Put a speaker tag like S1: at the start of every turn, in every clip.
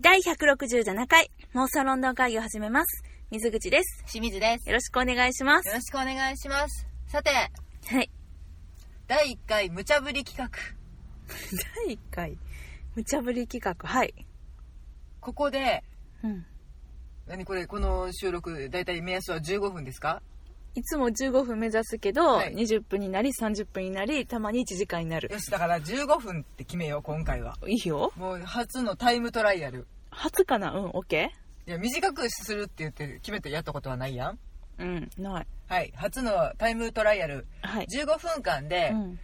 S1: 第167回、妄想ロンドン会議を始めます。水口です。
S2: 清水です。
S1: よろしくお願いします
S2: よ。ろしくお願いします。さて、
S1: はい。
S2: 第1回無茶ぶり企画。
S1: 第1回、無茶ぶり企画、はい。
S2: ここで、
S1: うん。
S2: 何これ、この収録、だいたい目安は15分ですか
S1: いつも15分目指すけど、
S2: はい
S1: 20分になり、30分になり、たまに1時間になる。
S2: よし、だから15分って決めよう、今回は。
S1: いいよ。
S2: もう初のタイムトライアル。
S1: 初かなうん、オッケ
S2: いや、短くするって言って決めてやったことはないやん。
S1: ーうん、ない。
S2: はい、初のタイムトライアル。
S1: はい。
S2: 15分間で、
S1: うん。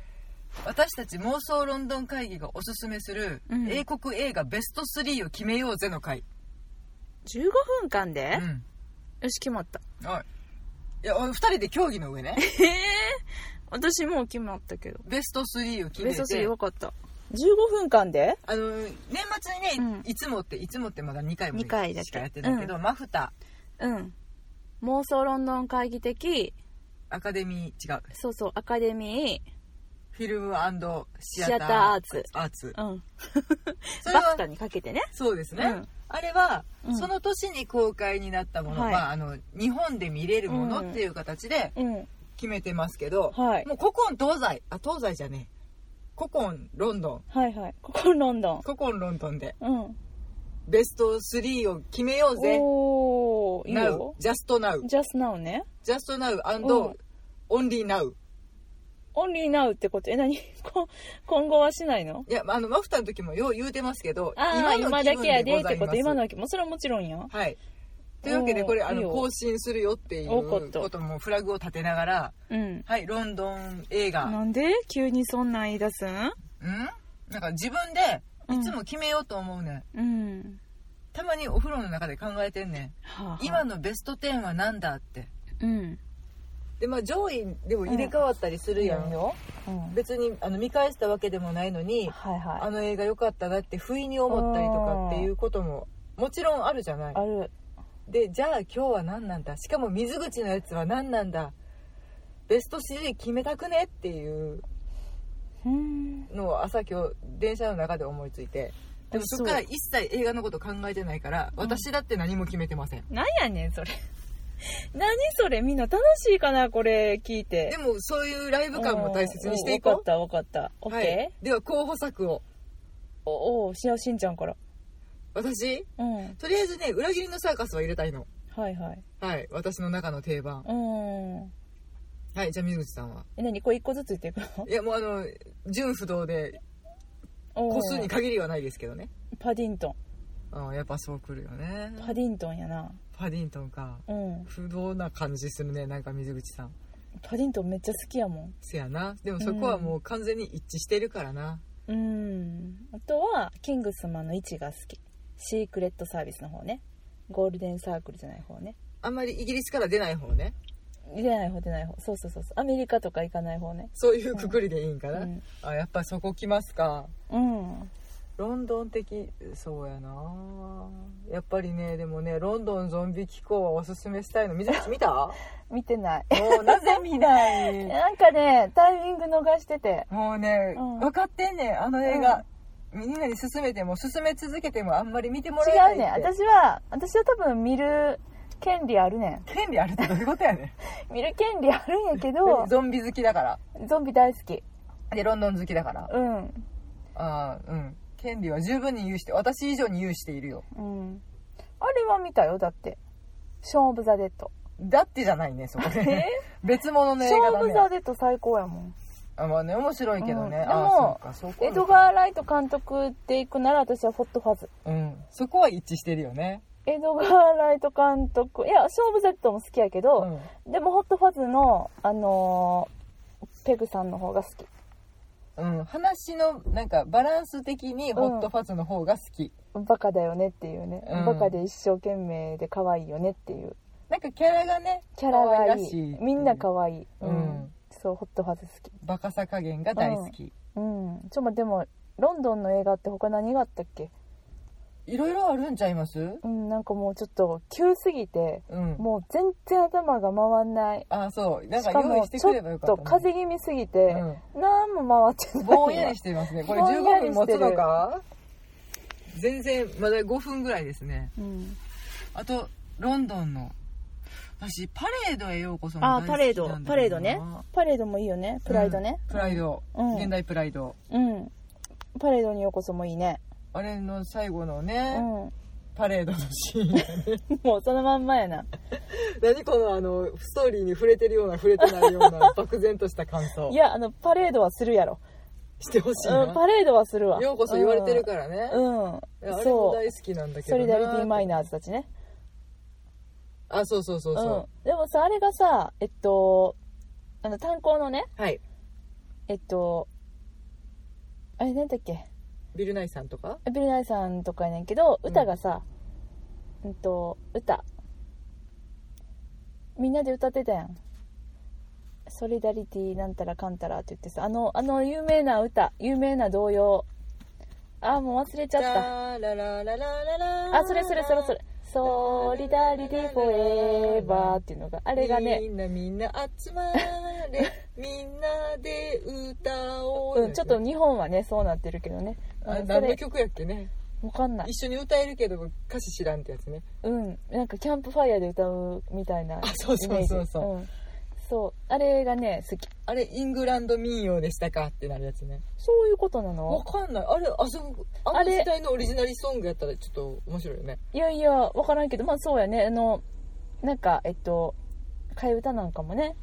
S2: 私たち妄想ロンドン会議がおすすめする、
S1: うん
S2: 英国映画ベスト3を決めようぜの会。
S1: 15分間で、
S2: う
S1: よ
S2: ん。
S1: し、決まった。
S2: はい。いや、2人で協議の上ね。
S1: ええ私もう決まったけど。
S2: ベスト3を決
S1: ベ
S2: め
S1: スト3
S2: て
S1: 分かった。15分間で
S2: あの年末にね、
S1: うん
S2: いつもっていつもってまだ2回も
S1: 二回だけ
S2: しかやってないけど、マフタ
S1: うん。妄想ロンドン会議的、
S2: アカデミー違う
S1: そうそう、アカデミ
S2: フィルムシア
S1: シ
S2: ター
S1: アターアーツ
S2: アーツ
S1: ー、うん。
S2: それ
S1: バス
S2: は
S1: タにかけてね。
S2: そうですね、
S1: うん
S2: あれは、
S1: うん
S2: その年に公開になったもの、
S1: はい
S2: まあ、あの日本で見れるものっていう形で
S1: うん。
S2: 決めてますけど、
S1: はい。
S2: もう古今東西あ東西じゃねえ古今ロンドン
S1: はいはい。ここロンドン。
S2: 古今ロンドンで
S1: うん。
S2: ベスト3を決めようぜ
S1: おー、いい
S2: Now
S1: よ。
S2: Just Now
S1: just now ね。
S2: Just Now
S1: うん
S2: Only Now
S1: オンリーナウってこと、え、何 こ今後はしないの
S2: いや、まああの、マフターの時もよう言うてますけど、
S1: ああ、今
S2: の
S1: だけやでってこと、今
S2: の
S1: の気も、それはもちろんや。
S2: はい。というわけで、これ、
S1: おー
S2: あ
S1: いいよ
S2: の、更新するよっていう
S1: おーこと
S2: ことも、フラグを立てながら、
S1: うん。
S2: はい、ロンドン映画。ん
S1: なんで急にそんなん言い出すん
S2: なんか自分で、
S1: うん
S2: いつも決めようと思うねん。
S1: うん。
S2: たまにお風呂の中で考えてんね
S1: はあはあ
S2: ん。今のベスト10は何だって。
S1: うん。
S2: で、まあ、上位でも入れ替わったりするやん。
S1: よ。うん。
S2: 別に、あの、見返したわけでもないのに、
S1: はいは
S2: あ
S1: い。
S2: の映画良かったなって不意に思ったりとかっていうことももちろんあるじゃない
S1: ある。
S2: でじゃあ今日は何なんだしかも水口のやつは何なんだベスト3決めたくねっていう
S1: うん。
S2: のを朝今日電車の中で思いついてでもそっから
S1: そう
S2: 一切映画のこと考えてないから私だって何も決めてません、
S1: なんやねん、それ。 何それ、みんな楽しいかな、これ聞いて
S2: で。もそういうライブ感も大切にしてい
S1: おー
S2: こう
S1: おーわかった、わかった。オッ
S2: は
S1: ケ
S2: い
S1: ー、
S2: では候補作を
S1: おおー、しおしんちゃんから。
S2: 私
S1: うん。はい
S2: とりあえずね裏切りのサーカスは入れたいの
S1: はい。
S2: はい私の中の定番
S1: うん。
S2: はいじゃあ水口さんは
S1: え、何これ一個ずつ言っていくの
S2: いやもうあの純不動で 個数に
S1: おー
S2: 限りはないですけどね
S1: パディントン。
S2: あやっぱそうくるよね
S1: パディントンやな。
S2: パディントンか
S1: うん。
S2: 不動な感じするねなんか水口さん
S1: パディントンめっちゃ好きやもん。
S2: せやなでもそこはもう完全に一致してるからな、
S1: うん。あとは、キングスマンの位置が好き。シークレットサービスの方ね。ゴールデンサークルじゃない方ね。
S2: あんまりイギリスから出ない方ね
S1: 入れない方出ない方。そうそうそうそう。アメリカとか行かない方ね。
S2: そういうくくりでいいんか
S1: う
S2: な、
S1: ん。
S2: あやっぱそこ来ますか
S1: うん。
S2: ロンドン的そうやなやっぱりねでもねロンドンゾンビ機構はおすすめしたいの水口見 たも
S1: 見てない。
S2: うなぜ見ない
S1: なんかね、タイミング逃してて。
S2: もうね、
S1: うん
S2: 分かってんねんあの映画、みんなに勧めても勧め続けてもあんまり見てもらえない
S1: 違
S2: っ
S1: う
S2: て
S1: ねん。私は、私は多分見る権利あるね
S2: 権利あるってどういうことや ね
S1: ん。見る権利あるんやけ ど
S2: ん、ゾンビ好きだから
S1: ゾンビ大好き。
S2: でロンドン好きだから
S1: うん。
S2: ああうん権利は十分に有して私以上に有しているよ
S1: うん。あれは見たよ、だって。ショーン・オブ・ザ・デッド。
S2: だってじゃないねそこ で別物の映
S1: ショーン・
S2: 画
S1: オブ・
S2: だ
S1: ザ・
S2: ね
S1: デッド最高やもん。
S2: あまあね面白いけどね、
S1: うん
S2: あ
S1: でも
S2: あそうかそこ
S1: エドガー・ライト監督で行くなら私はホットファズ。
S2: うんそこは一致してるよね
S1: エドガー・ライト監督、いや、ショーン・オブ・ザ・デッドも好きやけ
S2: う
S1: ど、
S2: ん
S1: でもホットファズの、あのーペグさんの方が好き。
S2: うん、話のなんかバランス的にホットファズの方が好き、
S1: バカだよねっていうね。
S2: うん
S1: バカで一生懸命で可愛いよねっていう。
S2: なんかキャラがね
S1: キャラ
S2: 可愛
S1: が
S2: ら
S1: いい。
S2: しい
S1: みんな可愛い。
S2: うん
S1: そう、ホットファズ好き。
S2: バカさ加減が大好き、
S1: うん。ちょ、ま、でも、ロンドンの映画って他何があったっけ
S2: いろいろあるんちゃいます
S1: うん、なんかもうちょっと急すぎて、
S2: うん
S1: もう全然頭が回んない。
S2: ああそうなん
S1: し
S2: か
S1: か
S2: 用意
S1: も
S2: して
S1: ち
S2: くれば
S1: ょ
S2: よ
S1: っ
S2: かった
S1: と風
S2: ね
S1: 邪気味すぎて、なんも回って
S2: う
S1: な
S2: ん
S1: いわ
S2: ぼんやりしてますねこれ
S1: ぼんや
S2: 15
S1: り
S2: 分
S1: し
S2: 持
S1: てる
S2: つのか全然まだ5分ぐらいですね
S1: うん、
S2: あとロンドンの私パレードへようこそも
S1: ああ
S2: 大好
S1: パレー
S2: き
S1: ド
S2: なんだ
S1: パレ
S2: よな
S1: ードねパレードもいいよねプライドね、
S2: うんプライド、
S1: うん
S2: 現代プライド
S1: うんパレードにようこそもいいね
S2: あれの最後の
S1: う
S2: ね、
S1: ん
S2: パレードの シーン
S1: もうそのまんまやな
S2: 何このあのストーリーに触れてるような触れてないような漠然とした感想
S1: いやあのパレードはするやろ、
S2: してほしいな、
S1: うん、パレードはするわ
S2: ようこそ言われてるからね、
S1: うん、うん
S2: いやあれも
S1: そう
S2: 大好きなんだけ
S1: ソ
S2: どな
S1: リダリティマイナーズたちね
S2: あそうそうそう
S1: う
S2: そ
S1: ん、でもさあれがさえっとあの炭鉱のね
S2: う、はい
S1: えっとあれなんだっけ
S2: ビルナイさんとか
S1: ビルナイさんとかやねんけど
S2: うん
S1: 歌がさ、うん、と歌みんなで歌ってたやん「ソリダリティなんたらかんたら」って言ってさあのあの有名な歌有名な童謡ああもう忘れちゃった
S2: ララララララ
S1: あそれそれそれそれ「ソリダリティフォーエバー」っていうのがあれが
S2: み
S1: ね
S2: んなみんな 集まれみんなで歌おう、
S1: うん、ちょっと日本はねそうなってるけどね、うん
S2: あ
S1: そ
S2: 何の
S1: れ
S2: 曲やっけね
S1: わかんない
S2: 一緒に歌えるけど歌詞知らんってやつね
S1: うんなんかキャンプファイヤーで歌うみたいなイメー
S2: あ
S1: ジ
S2: そうそうそうそうん
S1: そうあれがね好き
S2: あれイングランド民謡でしたかってなるやつね
S1: そういうことな
S2: わ
S1: の
S2: かんないあれあそこあ
S1: あ
S2: の
S1: れ
S2: 時代のオリジナルソングやったらちょっと面白いよね
S1: いやいやわからんけどまあそうやねあのなんかえっと替え歌なんかもね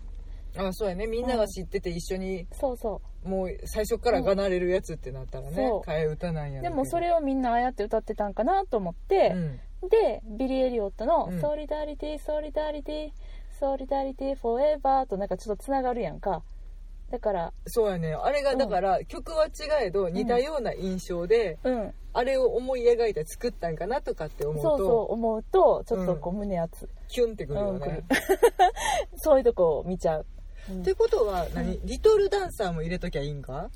S2: あそうやねみんなが知ってて一緒に
S1: そうそ
S2: もう最初からがなれるやつってなったらね
S1: そう
S2: 替え歌なん
S1: うで
S2: やろうけど
S1: もそれをみんなああやって歌ってたんかなと思っ
S2: う
S1: て、
S2: ん
S1: でビリー・エリオットの
S2: う
S1: 「
S2: ん
S1: ソリダリティソリダリティソリダリティフォーエバー」となんかちょっとつながるやんかだから
S2: そうやねあれがだから曲は違えど似たような印象で
S1: うん
S2: あれを思い描いて作ったんかなとかって思う
S1: そうそ
S2: と
S1: う思うとちょっとこう胸熱、
S2: キュンってくるよね
S1: う そういうとこを見ちゃう、うん
S2: ってことは何リトルダンサーも入れときゃいいんか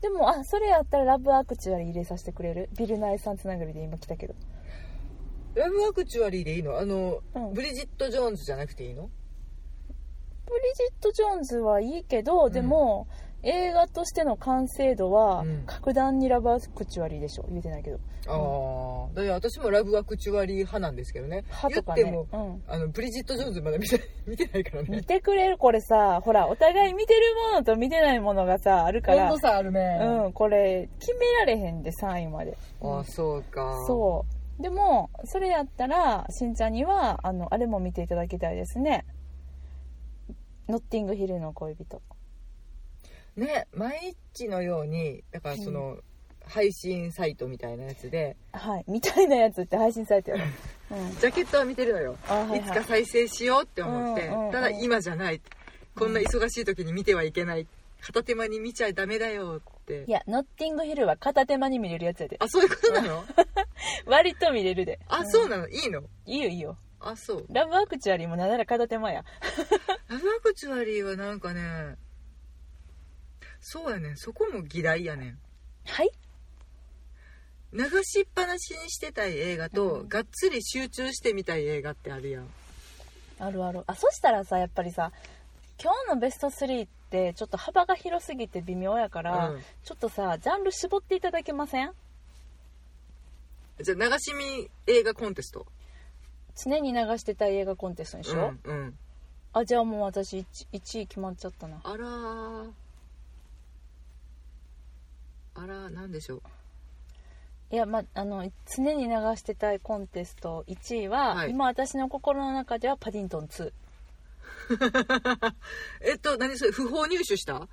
S1: でもあそれやったらラブアクチュアリー入れさせてくれるビルナイさんつながりで今来たけど
S2: ラブアクチュアリーでいいのあの
S1: うん
S2: ブリジット・ジョーンズじゃなくていいの
S1: ブリジット・ジョーンズはいいけど、
S2: ん
S1: でも映画としての完成度は
S2: うん
S1: 格段にラブアクチュアリーでしょ言うてないけど
S2: ああだから私もラブアクチュアリー派なんですけどね
S1: 歯
S2: 言
S1: と
S2: っ
S1: か
S2: て
S1: ね
S2: も、
S1: うん、
S2: あのブリジット・ジョーンズまだ見て見てないから
S1: 見
S2: ね
S1: てくれるこれさほらお互い見てるものと見てないものがさあるか
S2: 温
S1: ら
S2: 度差あるね
S1: うんこれ決められへんで3位まで
S2: ああそうか
S1: そうでもそれやったらしんちゃんにはあのあれも見ていただきたいですね「ノッティングヒルの恋人
S2: ね毎日のようにだからその、配信サイトみたいなやつで」
S1: はいみたいなやつって配信されて る、うん、
S2: ジャケットは見てるのよ、
S1: あはいはい
S2: いつか再生しようって思って、
S1: うんうんうん
S2: ただ今じゃないこんな忙しい時に見てはいけない片手間に見ちゃダメだよって
S1: いやノッティングヒルは片手間に見れるやつやで
S2: あそういうことなの
S1: 割と見れるで
S2: あそうなのいいの
S1: いいよいいよ
S2: あそう
S1: ラブアクチュアリーもなんなら片手間や
S2: ラブアクチュアリーはなんかねそうやねんそこも議題やねん
S1: はい
S2: 流しっぱなしにしてたい映画と、
S1: うん
S2: がっつり集中してみたい映画ってあるやん
S1: あるあるあそしたらさやっぱりさ今日のベスト3ってちょっと幅が広すぎて微妙やから、
S2: うん
S1: ちょっとさジャンル絞っていただけません
S2: じゃあ流し見映画コンテスト
S1: 常に流してたい映画コンテストでしょ、
S2: うん、うん、
S1: あじゃあもう私 1, 位決まっちゃったな
S2: あらーあらーなんでしょう
S1: いやまああの常に流してたいコンテスト1位は、
S2: はい
S1: 今私の心の中ではパディントン2
S2: えっと何それ不法入手した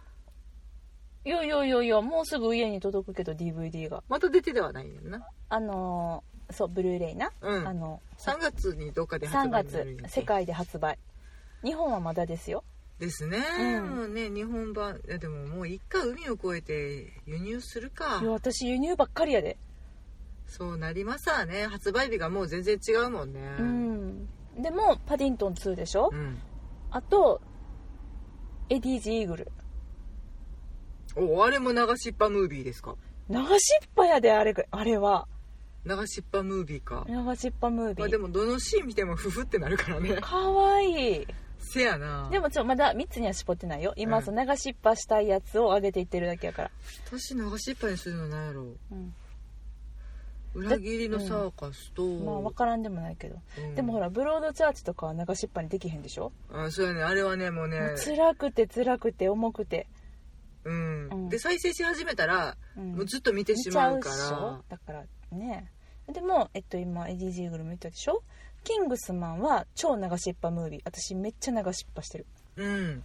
S1: いやいやいやいやもうすぐ家に届くけど DVD が
S2: また出てではないやんな
S1: あのーそうブルーレイな、
S2: うん
S1: あの
S2: 3月にどっかで
S1: 3
S2: 発売になる
S1: 月
S2: んやっけ
S1: 世界で発売日本はまだですよ
S2: ですね、
S1: うん
S2: もうね日本版いやでももう一回海を越えて輸入するか
S1: いや私輸入ばっかりやで
S2: そうなりますわね発売日がもう全然違うもんね
S1: うん、でもパディントン2でしょ、
S2: うん
S1: あとエディージ・イーグル
S2: おあれも流しっぱムービーですか
S1: 流しっぱやであれがあれは
S2: 流しっぱムービーか、
S1: 流しっぱムービ
S2: まあ、で
S1: ー
S2: もどのシーン見てもフフってなるからね
S1: かわいい
S2: せやな
S1: でもちょまだ3つには絞ってないよ今
S2: うん
S1: そう流しっぱしたいやつを上げていってるだけやから、
S2: 私流しっぱにするのなんやろう
S1: うん
S2: 裏切りのサーカスと、
S1: まあ分からんでもないけど、
S2: うん
S1: でもほらブロードチャーチとかは流しっぱにできへんでしょ、
S2: あそうやねあれはねもうね
S1: もう辛くて辛くて重くて、
S2: うん、
S1: うん
S2: で再生し始めたら、
S1: うん
S2: もうずっと見てしまうか
S1: 見ちゃうっし
S2: ら
S1: ょだからねでも、えっと、今 ADG グルメ言ったでしょキングスマンは超流しっぱムービー私めっちゃ流しっぱしてる
S2: うん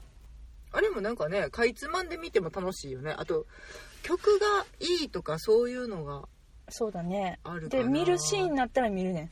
S2: あれもなんかねかいつまんで見ても楽しいよねあと曲がいいとかそういうのが
S1: そうだね
S2: あるかな
S1: で見るシーンになったら見るね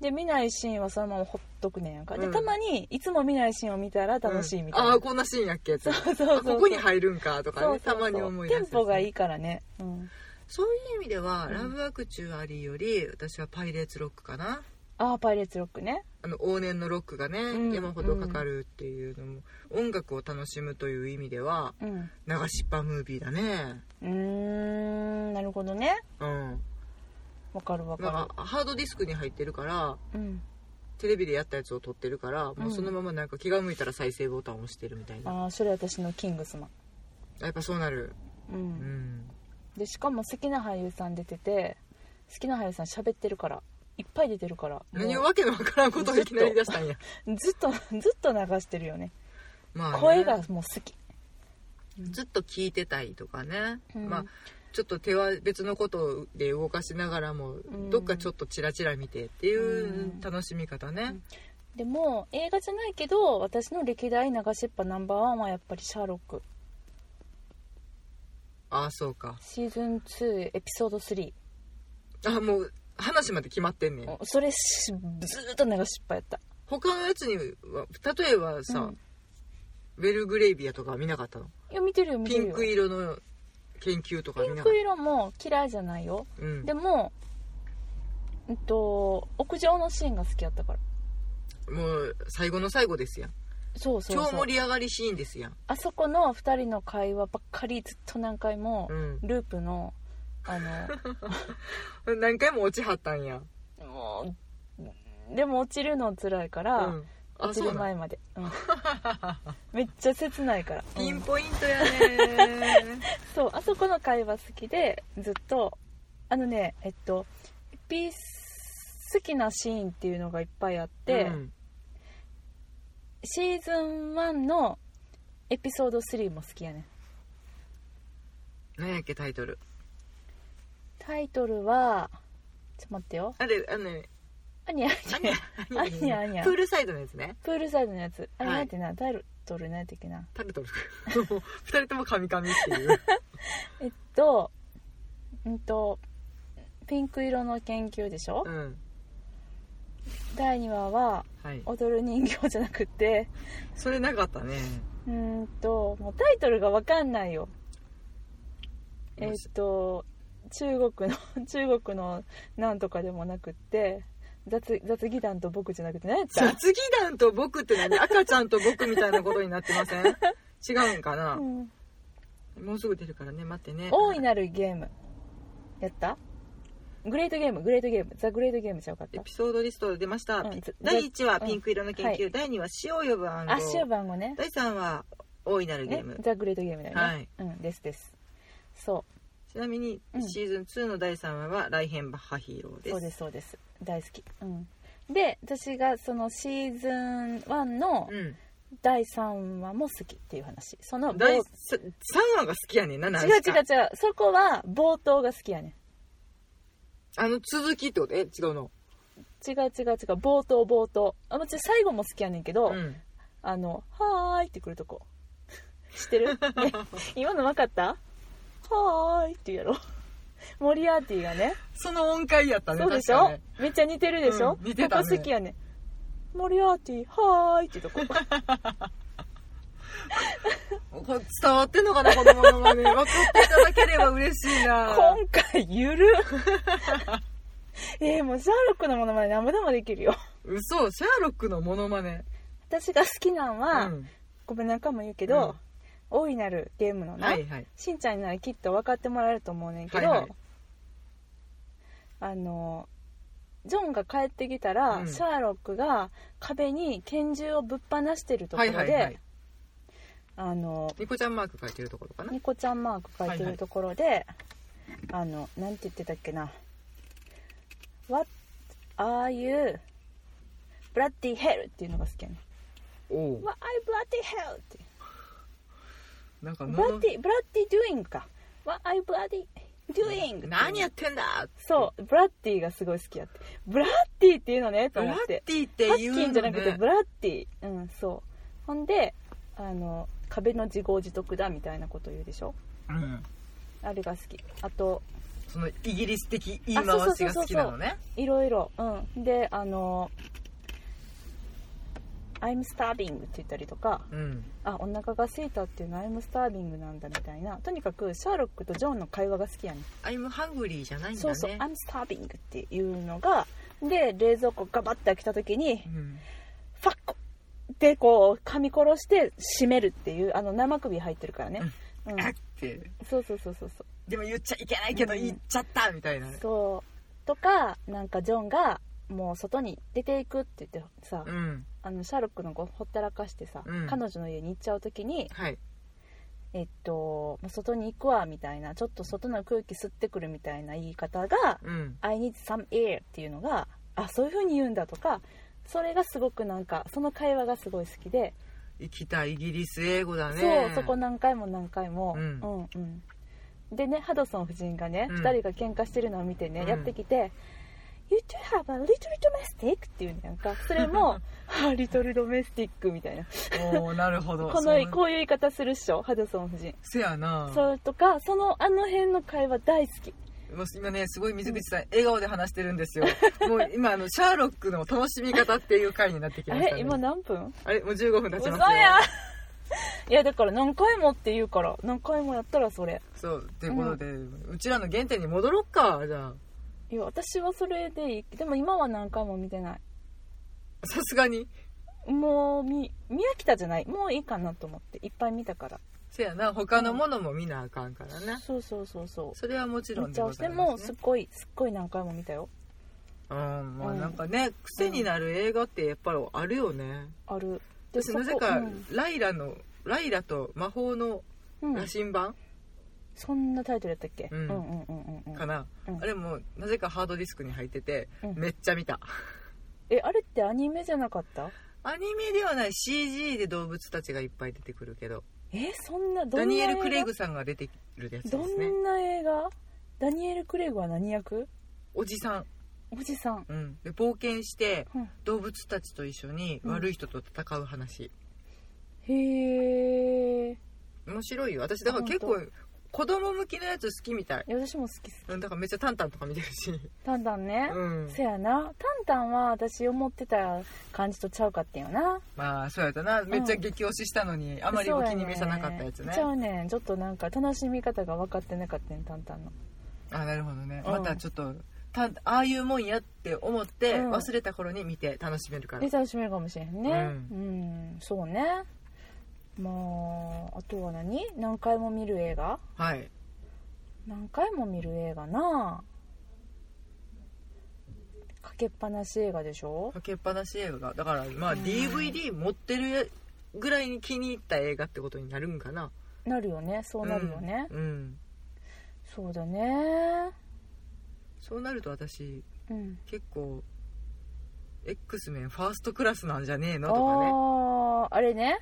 S1: んで見ないシーンはそのままほっとくねんやんか、
S2: う
S1: で
S2: ん
S1: たまにいつも見ないシーンを見たら楽しいみたい
S2: うん
S1: な、
S2: ああこんなシーンやっけっ
S1: そ
S2: て
S1: うそうそう
S2: あここに入るんかとかね
S1: そうそうそう
S2: たまに思い出す、
S1: テンポがいいからね、うん、
S2: そういう意味では、
S1: うん
S2: ラブアクチュアリーより私はパイレーツロックかな
S1: ああパイレーツロックね
S2: あの往年のロックがね、
S1: うん
S2: 山ほどかかるっていうのも、音楽を楽しむという意味では
S1: うん
S2: 流しっぱムービーだね
S1: うーんなるほどね
S2: うん
S1: わかるわ
S2: なん
S1: か
S2: かハードディスクに入ってるから
S1: るうん
S2: テレビでやったやつを撮ってるから、もううんそのままなんか気が向いたら再生ボタンを押してるみたいな
S1: ああそれ私のキングスマン
S2: やっぱそうなる
S1: う
S2: うんん
S1: でしかも好きな俳優さん出てて好きな俳優さん喋ってるからいっぱい出てるからもう
S2: 何をわけのわからんことをいきなり出したんや、
S1: ずっと ずっと流してるよね
S2: まあね
S1: 声がもう好き
S2: ずっと聞いてたりとかね、
S1: うん
S2: まあちょっと手は別のことで動かしながらも、
S1: ん
S2: どっかちょっとチラチラ見てっていう
S1: うん
S2: 楽しみ方ね、
S1: でも映画じゃないけど私の歴代流しっぱナンバーワンはやっぱり「シャーロック
S2: ああそうか」
S1: シーズン2エピソード3
S2: あもう話まで決まってんねん
S1: おそれしずーっと流しっぱやった
S2: 他のやつには例えばさ、
S1: うん
S2: ベルグレイビアとかは見なかったの
S1: いや見てるよ見
S2: ピ
S1: てる
S2: ン
S1: よ
S2: ク色の研究とか
S1: ピ
S2: 見
S1: ン
S2: なかっ
S1: ク色も嫌いじゃないよ
S2: た、うん、
S1: でも、えっと、屋上のシーンが好きやったから
S2: もう最後の最後ですやん
S1: そうそうそう
S2: 超盛り上がりシーンですやん、
S1: あそこの2人の会話ばっかりずっと何回も
S2: うん、
S1: ループのあ の
S2: 何回も落ちはったんや、
S1: もうでも落ちるの辛いか
S2: う
S1: ら、
S2: ん、あ
S1: 落ち
S2: そ
S1: る
S2: うなん
S1: 前まで、うん めっちゃ切ないから、うん
S2: ピンポイントや ね
S1: そうあそこの会話好きでずっとあのねえっとピース好きなシーンっていうのがいっぱいあって、
S2: うん
S1: シーズン1のエピソード3も好きやね
S2: 何やっけタイトル
S1: タイトルはちょっと待ってよ
S2: あれあのね
S1: あにゃ
S2: アニャ
S1: アニャアニャ
S2: プールサイドのやつね
S1: プールサイドのやつあれ
S2: はい
S1: なんてな、タイトルなんてっけな
S2: タルトル もう二人ともカミカミっていう
S1: えっとうんとピンク色の研究でしょ、
S2: うん
S1: 第2話は
S2: はい
S1: 踊る人形じゃなくて
S2: それなかったね
S1: うーんともうタイトルがわかんないよえっと中国の 中国のなんとかでもなくって雑雑技団と僕じゃなくて何やった
S2: 雑技団と僕って何赤ちゃんと僕みたいなことになってません違うんかな、
S1: うん
S2: もうすぐ出るからね待ってね
S1: 大いなるゲームやったグレートゲームグレートゲームザ・グレートゲームちゃうかっ
S2: エ
S1: た
S2: ピソードリスト出ました、
S1: うん
S2: 第1話
S1: うん
S2: ピンク色の研究、
S1: はい
S2: 第2話死を呼ぶ暗号
S1: あ終盤後ね
S2: 第3話大いなるゲ
S1: ね
S2: ーム、、
S1: ザ・グレートゲームだよね、
S2: はい
S1: うんですですそ
S2: ちなみに、
S1: うん
S2: シーズン2の第3話は「ライヘンバッハヒーロー」
S1: う
S2: です
S1: そうですそうです大好き、うん、で私がそのシーズン1の
S2: うん
S1: 第3話も好きっていう話その冒
S2: 第
S1: 違う違う違
S2: 3話が好きやねんな何しか
S1: うそこは冒頭が好きやね
S2: あの続きってことえ違うの
S1: ん違う違う違う冒頭冒頭あもちろん最後も好きやねんけど、
S2: うん
S1: あの「はーい」ってくるとこ知って るね今の分かった「はーい」って言うやろモリアーティがね
S2: その音階やったね
S1: そうでし
S2: 確
S1: ょ、
S2: かね
S1: めっちゃ似てるでしょ、
S2: うん似てたね
S1: ここ好きやねモリアーティはーいってとこ
S2: これ伝わってんのかなこのものま ね分かっていただければ嬉しいな
S1: 今回ゆる えー、もうシャーロックのものまで何ぼでもできるよ
S2: 嘘シャーロックのモノマネ
S1: 私が好きなんは、
S2: うん
S1: ごめんなんかも言うけど、大いなるゲームのな、
S2: はいはい
S1: しんちゃんにならきっと分かってもらえると思うねんけど、
S2: はいはい
S1: あのジョンが帰ってきたら、
S2: うん
S1: シャーロックが壁に拳銃をぶっ放してるとこ
S2: は
S1: ろ
S2: い
S1: で、
S2: はいはい
S1: あの
S2: ニコちゃんマーク書いてるところかな
S1: ニコちゃんマーク書いてるところで、あのなんて言ってたっけな What are you bloody hell っていうのが好きやね
S2: おう
S1: What are you bloody hell って
S2: なんか
S1: bloody bloody doing か What are you bloody doing
S2: 何やってんだ
S1: そうブラッディがすごい好きやってブラッディっていうのねと
S2: ブ
S1: 思
S2: ラ
S1: っ
S2: ッ
S1: て
S2: ティって
S1: ハッ
S2: 言う
S1: キ
S2: の、ね、
S1: ンじゃなくてブラッディうんそうほんであの壁の自業自得だみたいなこと言うでしょ
S2: うん、
S1: あれが好きあと
S2: そのイギリス的言い回しが好きなのね
S1: いろいろうんであの「I'm starving」って言ったりとか
S2: うん
S1: 「あお腹が空いた」っていうの「I'm starving」なんだみたいなとにかくシャーロックとジョンの会話が好きやね
S2: 「I'm hungry」じゃないんだね
S1: そうそう「I'm starving」っていうのがで冷蔵庫ガバッて開けた時に
S2: うん
S1: 「ファッコ!」でこう噛み殺して締めるっていうあの生首入ってるからね、うん
S2: あって
S1: そうそうそうそうそう
S2: でも言っちゃいけないけど
S1: うん
S2: 言っちゃったみたいな
S1: そうとかなんかジョンがもう外に出ていくって言ってさ、
S2: うん
S1: あのシャーロックの子ほったらかしてさ、
S2: うん
S1: 彼女の家に行っちゃう時に、
S2: はい
S1: えっと、もう外に行くわみたいなちょっと外の空気吸ってくるみたいな言い方が
S2: うん
S1: 「I need some air」っていうのがあそういう風に言うんだとかそれがすごくなんかその会話がすごい好きで、
S2: 生きたイギリス英語だね
S1: そうそこ何回も何回も、
S2: うん
S1: うんうんでねハドソン夫人がね、
S2: うん
S1: 二2人が喧嘩してるのを見てね、
S2: うん
S1: やってきて「You two have a little domestic」っていうなんかそれ も「あリトルドメスティック」みたいな
S2: おおなるほ ど
S1: こ
S2: そ
S1: の
S2: う
S1: こういう言い方するっしょハドソン夫人、
S2: せやな
S1: それとかそのあの辺の会話大好き
S2: もう今ねすごい水口さん笑顔で話してるん ですよもう今あのシャーロックの楽しみ方っていう回になってき
S1: あ
S2: ました
S1: れ
S2: ね
S1: 今何分
S2: あれもう15分経ち
S1: 嘘
S2: ま
S1: や
S2: すよ
S1: いやだから何回もって言うから何回もやったらそれ
S2: そうということで、うちらの原点に戻ろっかじゃあ
S1: いや私はそれでいいでも今は何回も見てない
S2: さすがに
S1: もうみ見飽きたじゃないもういいかなと思っていっぱい見たから
S2: せやな他のものも見なあかんからね、
S1: そうそうそうそ
S2: それはもち
S1: う
S2: ろ
S1: め
S2: ん
S1: っ
S2: で
S1: ちゃ
S2: ご
S1: 押し
S2: ざ
S1: て
S2: いま
S1: も
S2: す、
S1: す
S2: ね
S1: っ、ごいすっごい何回も見たよ
S2: うんまあ
S1: うん
S2: なんかね癖になる映画ってやっぱりあるよね、
S1: ある
S2: 私なぜか
S1: うん
S2: ライラのライラと魔法の
S1: うん
S2: 羅針盤
S1: そんなタイトルやったっけ、
S2: う
S1: うんん、うんうんうんうん
S2: かな、
S1: うん
S2: あれもなぜかハードディスクに入ってて、
S1: うん
S2: めっちゃ見た
S1: えあれってアニメじゃなかった
S2: アニメではない CG で動物たちがいっぱい出てくるけど
S1: えそんなどん
S2: ダ
S1: な
S2: ニエル・
S1: 映画
S2: クレイグさんが出てるやつ
S1: ど
S2: ですね
S1: んな映画ダニエル・クレイグは何役
S2: おじさん、
S1: おじさん、
S2: うん、で冒険して
S1: うん
S2: 動物たちと一緒に悪い人と戦う話、
S1: へえ
S2: 面白いよ私だから結構
S1: あ
S2: 子供向きのやつ好きみたい、
S1: 私も好きっす
S2: うん、だからめっちゃタンタンとか見てるし、
S1: タンタンね、
S2: うん、
S1: せやなタンタンは私思ってた感じとちゃうかってんよな
S2: まあそうやったなめっちゃ激推ししたのに、あ
S1: あ
S2: まりお気に召さなかったやつね
S1: ちゃうねんちょっとなんか楽しみ方が分かってなかったねタンタンの
S2: あなるほどね、
S1: うん
S2: またちょっとたああいうもんやって思って、
S1: うん
S2: 忘れた頃に見て楽しめるから
S1: で楽しめるかもしれへんね
S2: う
S1: うん、そうねまああとは何何回も見る映画
S2: はい
S1: 何回も見る映画なかけっぱなし映画でしょ
S2: かけっぱなし映画がだからまあ
S1: うん
S2: DVD 持ってるぐらいに気に入った映画ってことになるんかな
S1: なるよねそうなるよね、
S2: うん、うん
S1: そうだね
S2: そうなると私
S1: うん
S2: 結構 X メンファーストクラスなんじゃねえのとかね
S1: あああれね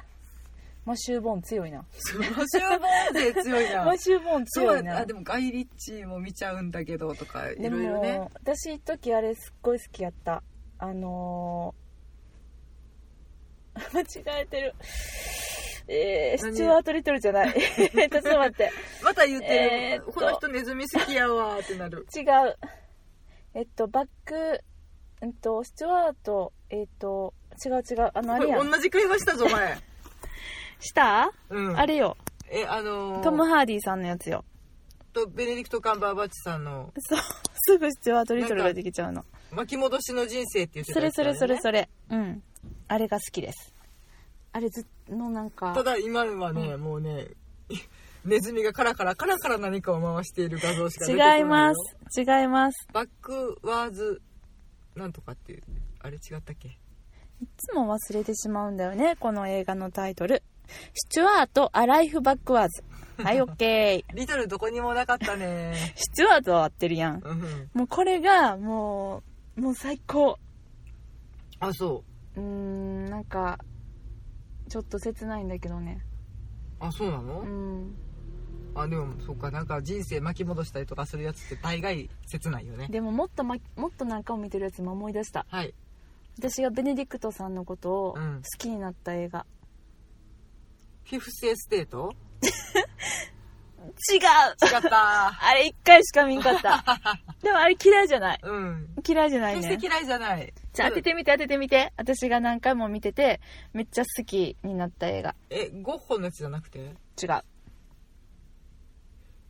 S1: マシュー・ボーン強いな
S2: そうマシューボーン勢強いな
S1: マシュー・ボーン
S2: そ
S1: 強いうな
S2: あでもガイ・リッチーも見ちゃうんだけどとかい
S1: でも
S2: ろいろね
S1: 私一時あれすっごい好きやったあのー 間違えてるえー、
S2: 何
S1: スチュワート・リトルじゃない ちょっと待って
S2: また言ってる、
S1: えーっと
S2: この人ネズミ好きやわーってなる
S1: 違うえっとバックうんとスチュワートえっと違う違うあのあ
S2: こ
S1: れ
S2: れ
S1: やん
S2: 同じ会話したぞお 前、
S1: した、
S2: うん、
S1: あれよ
S2: えあのー
S1: トム・ハーディさんのやつよ
S2: とベネディクト・カンバーバッチさんの
S1: そうすぐスチュワート・リトルができちゃうの
S2: 巻き戻しの人生って言って
S1: そ
S2: た
S1: れ
S2: やつ
S1: そ
S2: だ
S1: れ
S2: よね
S1: それそれ、うんあれが好きですあれずっのなんか
S2: ただ今はね、もうね ネズミがカラカラカラカラ何かを回している画像しか出てこないよ
S1: 違います違います
S2: バックワーズなんとかっていうあれ違ったっけ
S1: いつも忘れてしまうんだよねこの映画のタイトルスチュワート・アライフ・バックワーズはいオッケ ー
S2: リトルどこにもなかったね
S1: スチュワートは合ってるやん
S2: うん
S1: もうこれがももう最高
S2: あそう
S1: ーんなんかちょっと切ないんだけどね
S2: うあそうなの、
S1: うん
S2: あでもそっかなんか人生巻き戻したりとかするやつって大概切ないよね
S1: でももっと、ま、もっとなんかを見てるやつも思い出した
S2: はい
S1: 私がベネディクトさんのことを
S2: う
S1: 好
S2: ん
S1: きになった映画、
S2: フィフスエステート
S1: 違う
S2: 違った
S1: あれ一回しか見んかった でもあれ嫌いじゃない
S2: うん
S1: 嫌いじゃない
S2: 決し
S1: ね
S2: て嫌いじゃない
S1: じゃあ当ててみて当ててみて私が何回も見ててめっちゃ好きになった映画
S2: えゴッホのやつじゃなくて
S1: 違う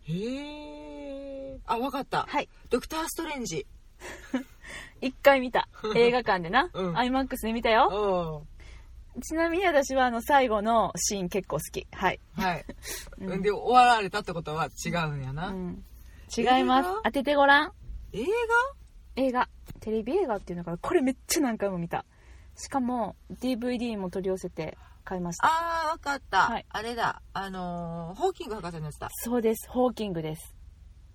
S2: へえあわかった、
S1: はい
S2: ドクター・ストレンジ
S1: 一回見 た映画館でな、
S2: うん
S1: iMAX で見た
S2: お
S1: よ
S2: お
S1: ちなみに私はあの最後のシーン結構好きはい、
S2: ーはい、
S1: うん
S2: で終わられたってことは違うんやな、
S1: うん、違います
S2: 映画
S1: 当ててごらん
S2: 映
S1: 映画テレビ映画っていうのかなこれめっちゃ何回も見たしかも DVD も取り寄せて買いまし
S2: 画
S1: た
S2: ああわかった、
S1: はい
S2: あれだあのーホーキング博士のやつだ
S1: そうですホーキングです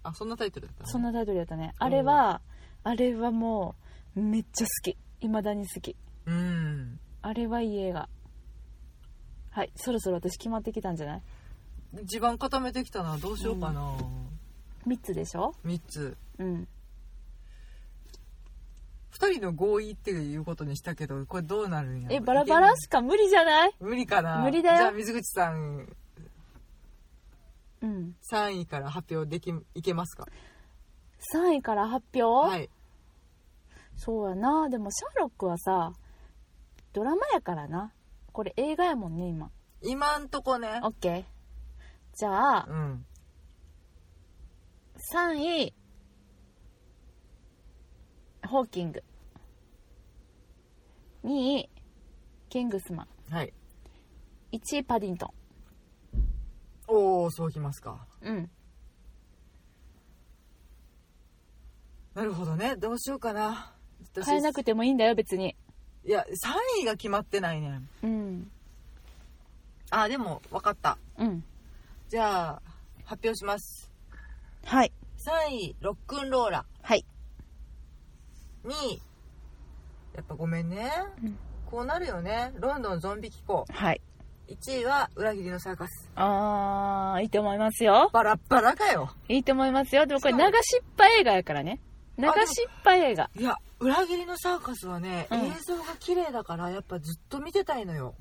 S2: あそんなタイトルだったの
S1: そんなタイトルだったねあれはあれはもうめっちゃ好きいまだに好き
S2: うん
S1: あれはいい映画はいそろそろ私決まってきたんじゃない
S2: 地盤固めてきたなどうしようかな、
S1: 3つでしょ
S2: 三3つ
S1: うん
S2: 2人の合意っていうことにしたけどこれどうなるんやろ
S1: えバラバラ
S2: い
S1: しか無理じゃない
S2: ける無理かな
S1: 無理だよ
S2: じゃあ水口さん
S1: うん
S2: 3位から発表できいけますか
S1: 3位から発表、
S2: はい
S1: そうやなでもシャーロックはさドラマやからなこれ映画やもんね今
S2: 今んとこね
S1: オッケーじゃあ
S2: うん
S1: 3位ホーキング2位キングスマン
S2: はい
S1: 1位パディント
S2: おおそうきますか
S1: ンうん
S2: なるほどねどうしようかな私
S1: 変えなくてもいいんだよ別に
S2: いや3位が決まってないね
S1: うん
S2: あでも分かった
S1: うん
S2: じゃあ発表します
S1: はい
S2: 3位ロックンローラ
S1: はい
S2: 2位やっぱごめんね、
S1: うん
S2: こうなるよねロンドンゾンビ機構
S1: はい
S2: 1位は裏切りのサーカス
S1: あーいいと思いますよ
S2: バラッバラかよ
S1: いいと思いますよでもこれ
S2: そ
S1: 流
S2: うなの
S1: しっぱ映画やからね流しっぱ映画
S2: いや裏切りのサーカスはね、
S1: うん
S2: 映像が綺麗だからやっぱずっと見てたいのよ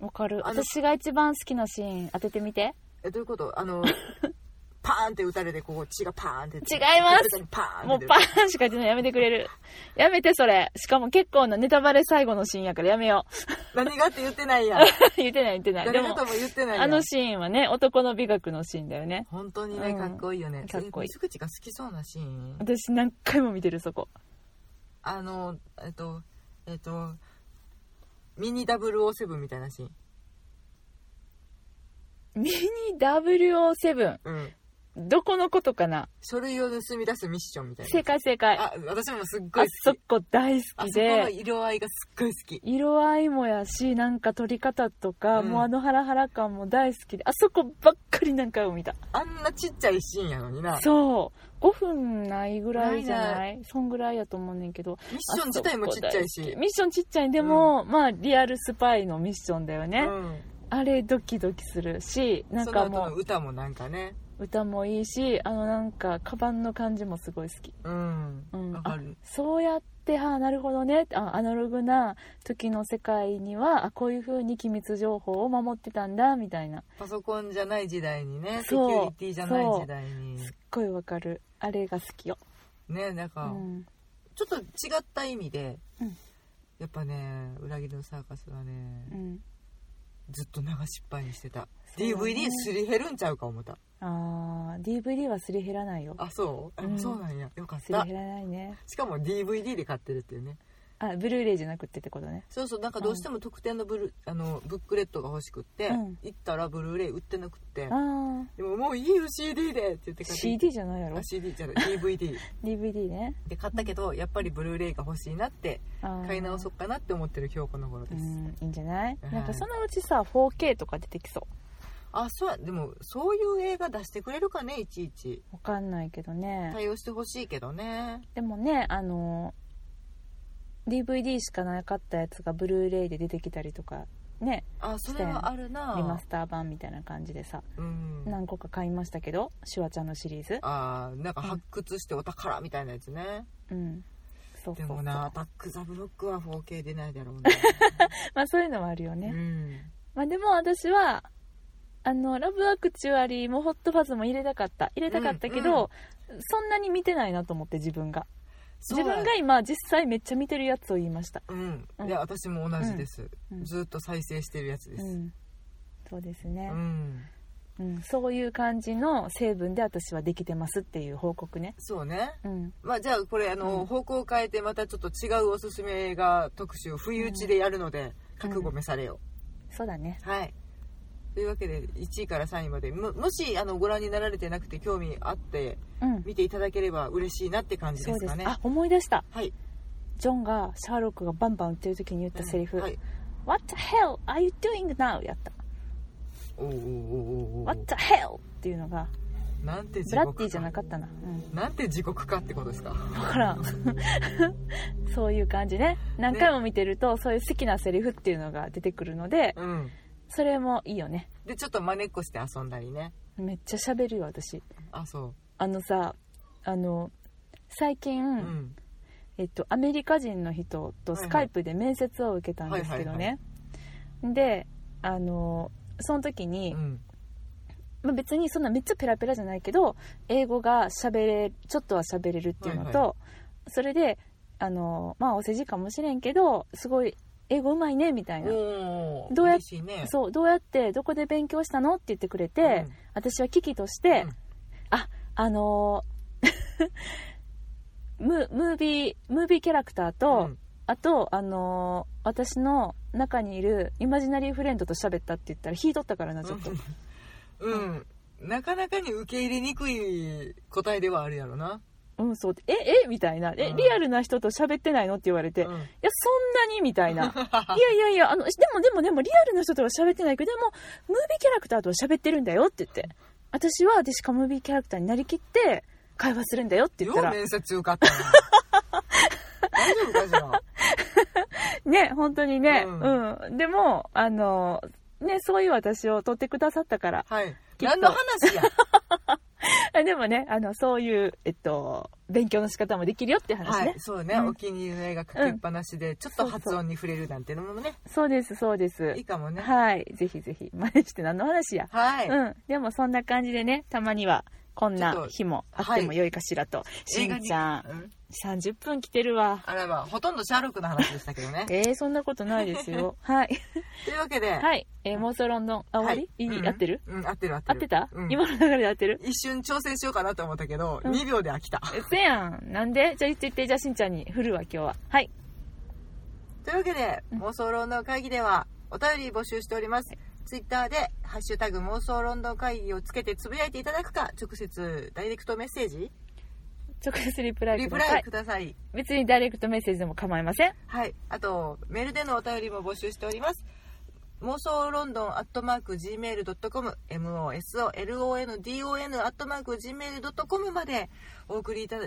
S1: わかる
S2: あの
S1: 私が一番好きなシーン当ててみて
S2: えどういうこと あのパーンって打たれてこう血がパーンって
S1: 違います
S2: パーン
S1: も
S2: っ
S1: う
S2: て出る
S1: パーンしか言ってないやめてくれる やめてそれしかも結構なネタバレ最後のシーンやからやめよ
S2: 何がって言ってないやん
S1: う 言ってない言ってないで
S2: 誰が
S1: も
S2: とも言ってないやん
S1: あのシーンはね男の美学のシーンだよね
S2: 本当にね
S1: うん
S2: かっこいいよね、
S1: かっこいい
S2: 水口が好きそうなシーン
S1: 私何回も見てるそこ
S2: あのえっとえっとミニ007みたいなシーン
S1: ミニ007
S2: うん
S1: どこのことかな
S2: 書類を盗み出すミッションみたいな
S1: 正解正解あ
S2: あ私もすっごい好
S1: そ
S2: き
S1: こ大好
S2: あ
S1: き
S2: そこの
S1: で
S2: 色合いがすっごい好き
S1: 色合いもやしなんか撮り方とか、
S2: うん
S1: もうあのハラハラ感も大好きであそこばっかり何回も見た
S2: あんなちっちゃいシーンやのにな
S1: そう5分ないぐらいじゃない
S2: な
S1: そんぐらいやと思うねんけど
S2: ミッション自体もちっちゃいし、
S1: あそこ大好きミッションちっちゃいでも、まあリアルスパイのミッションだよ
S2: う
S1: ね、
S2: ん、
S1: あれドキドキするしなん
S2: その
S1: か
S2: 後
S1: も
S2: の歌もなんかね
S1: う歌もいいしあのなんかカバンの感じもすごい好き
S2: うん
S1: うん
S2: わかる
S1: そうやってああなるほどねあアナログな時の世界にはあこういう風に機密情報を守ってたんだみたいな
S2: パソコンじゃない時代にねセキ
S1: そう
S2: ュリティじゃない時代に
S1: すっごいわかるあれが好きよ、
S2: ねなんか、
S1: うん
S2: ちょっと違った意味で、
S1: うん
S2: やっぱね裏切りのサーカスはね、
S1: うん、
S2: ずっと流しっぱいにしてた
S1: そうだね
S2: DVD すり減るんちゃうか思った
S1: あー DVD はすり減らないよ
S2: あそう、
S1: うん
S2: そうなんやよかっ
S1: すり
S2: た
S1: 減らないね
S2: しかも DVD で買ってるっていうね
S1: あブルーレイじゃなくてってことね
S2: そうそうなんかどうしても特典のブル、あのブックレットが欲しくって、
S1: うん
S2: 行ったらブルーレイ売ってなくって
S1: ああ
S2: でももういいよ CD でって言って買って
S1: CD じゃないやろ
S2: あ CD じゃない DVD
S1: DVD ね
S2: で買ったけどやっぱりブルーレイが欲しいなって
S1: あー
S2: 買い直そうかなって思ってる今日この頃
S1: う
S2: です、
S1: んいいんじゃない
S2: はい
S1: なんかそのうちさ 4K とか出てきそう
S2: あそうやでもそういう映画出してくれるかねいちいち
S1: わかんないけどね
S2: 対応してほしいけどね
S1: でもねあの DVD しかなかったやつがブルーレイで出てきたりとかね
S2: あそれはあるな
S1: リマスター版みたいな感じでさ
S2: うん
S1: 何個か買いましたけどシュワちゃんのシリーズ
S2: あーなんか発掘してお宝みたいなやつね、
S1: うんそうそう
S2: で
S1: そう
S2: も
S1: ま
S2: なバック・ザ・ブロックは 4K 出ないだろうな、
S1: あそういうのはあるよ
S2: う
S1: ね、
S2: ん、
S1: まあでも私はあのラブアクチュアリーもホットファズも入れたかった入れたかったけど、そんなに見てないなと思って自分が
S2: そう
S1: 自分が今実際めっちゃ見てるやつを言いました
S2: うん
S1: うん
S2: いや私も同じです、
S1: うん
S2: ずっと再生してるやつで
S1: う
S2: す、
S1: んそうですね、
S2: うん
S1: うん、そういう感じの成分で私はできてますっていう報告ね
S2: そうね
S1: うん
S2: まあじゃあこれあの、
S1: うん
S2: 方向を変えてまたちょっと違うおすすめが特集不意打ちでやるので、覚悟めされよ、
S1: そうだね
S2: はいというわけで1位から3位までももしあのご覧になられてなくて興味あって
S1: うん
S2: 見ていただければ嬉しいなって感じ
S1: そ
S2: で
S1: う
S2: す
S1: です
S2: かね
S1: あ思い出した
S2: はい
S1: ジョンがシャーロックがバンバン撃ってる時に言ったセリフ「
S2: うんはい、
S1: What the hell are you doing now?」やった
S2: おうおうおうおう
S1: 「
S2: おう
S1: What the hell?」っていうのが
S2: なんて地
S1: ブラ
S2: 獄か
S1: ッディじゃなかったな、うん、
S2: なんて地獄かってことですか
S1: だからそういう感じね何回も見てると、そういう好きなセリフっていうのが出てくるので
S2: うん
S1: それもいいよね
S2: でちょっと真似っこして遊んだりね
S1: めっちゃ喋るよ私
S2: あそ
S1: あのさあの最近、
S2: ううん
S1: えっと、アメリカ人の人と
S2: はいはい
S1: スカイプで面接を受けたんですけどね、であのその時
S2: う
S1: に、
S2: ん
S1: まあ、別にそんなめっちゃペラペラじゃないけど英語がしゃべれちょっとはしゃべれるっていうのと、
S2: はい
S1: それであの、まあ、お世辞かもしれんけどすごい英語うまいねみたいな、
S2: おお
S1: どうや
S2: 嬉しいね
S1: そうどうやってどこで勉強したのって言ってくれて、
S2: うん
S1: 私は危機として、
S2: うん
S1: ああの ームムービームービーキャラクターと、
S2: うん
S1: あと、あのー私の中にいるイマジナリーフレンドと喋ったって言ったら引いとったからなちょっ と、
S2: うん、なかなかに受け入れにくい答えではあるやろな、
S1: うん、そうええみたいなえ、
S2: うん
S1: リアルな人と喋ってないのって言われて、
S2: う
S1: いや
S2: ん
S1: そんなにみたい ないやいやいやあのでもでもでもリアルな人とは喋ってないけどでもムービーキャラクターとは喋ってるんだよって言って私はでしかムービーキャラクターになりきって会話するんだよって言
S2: よ
S1: った
S2: う
S1: ら
S2: 面接受かったな大丈夫かしら
S1: ね本当にね、
S2: う
S1: うんんでもあのねそういう私を取ってくださったから
S2: はい
S1: と
S2: 何の話や
S1: あでもねあのそういう、えっと、勉強の仕方もできるよっていう話
S2: は
S1: ね、
S2: いそうね、
S1: うん
S2: お気に入りの映画かけっぱなしで、ちょっと発音に触れるなんてのもね
S1: そうですそうです
S2: いいかもね
S1: はいぜひぜひ真似して何の話や、
S2: はい、
S1: うんでもそんな感じでねたまにはこん
S2: ちょ
S1: な
S2: っと
S1: 日もあっても
S2: はい
S1: 良いかしらと、し
S2: 映画
S1: ん
S2: に
S1: ちゃん
S2: うん
S1: 30分来てるわ
S2: あらばほとんどシャーロックの話でしたけどね
S1: えー、そんなことないです よはい
S2: というわけで、
S1: はい、えー、妄想ロンドンあ終わり、いい
S2: うん
S1: 合ってる
S2: うん合ってる合って
S1: 合
S2: る
S1: ってた、
S2: うん
S1: 今の流れで合ってる
S2: 一瞬調整しようかなと思ったけど、
S1: うん
S2: 2秒で飽きた
S1: うせやんなんでじゃあ言って言ってじゃあしんちゃんに振るわ今日ははい
S2: というわけで、
S1: うん
S2: 妄想ロンドン会議ではお便り募集しております、ツイッターで「ハッシュタグ妄想ロンドン会議」をつけてつぶやいていただくか直接ダイレクトメッセージ
S1: 直接リプライ
S2: リ
S1: く
S2: プ
S1: だ
S2: ラ
S1: さ
S2: イ
S1: い
S2: ください
S1: 別にダイレクトメッセージでも構いません
S2: はいあとメールでのお便りも募集しております妄想ロンドンアットマーク Gmail.com MOSOLONDON アットマーク Gmail.com までお送りいた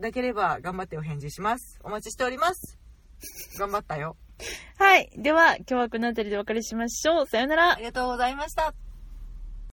S2: だければ頑張ってお返事しますお待ちしております頑張ったよ
S1: はい。では、今日はこの辺りでお別れしましょう。さようなら
S2: あ。りがとうございました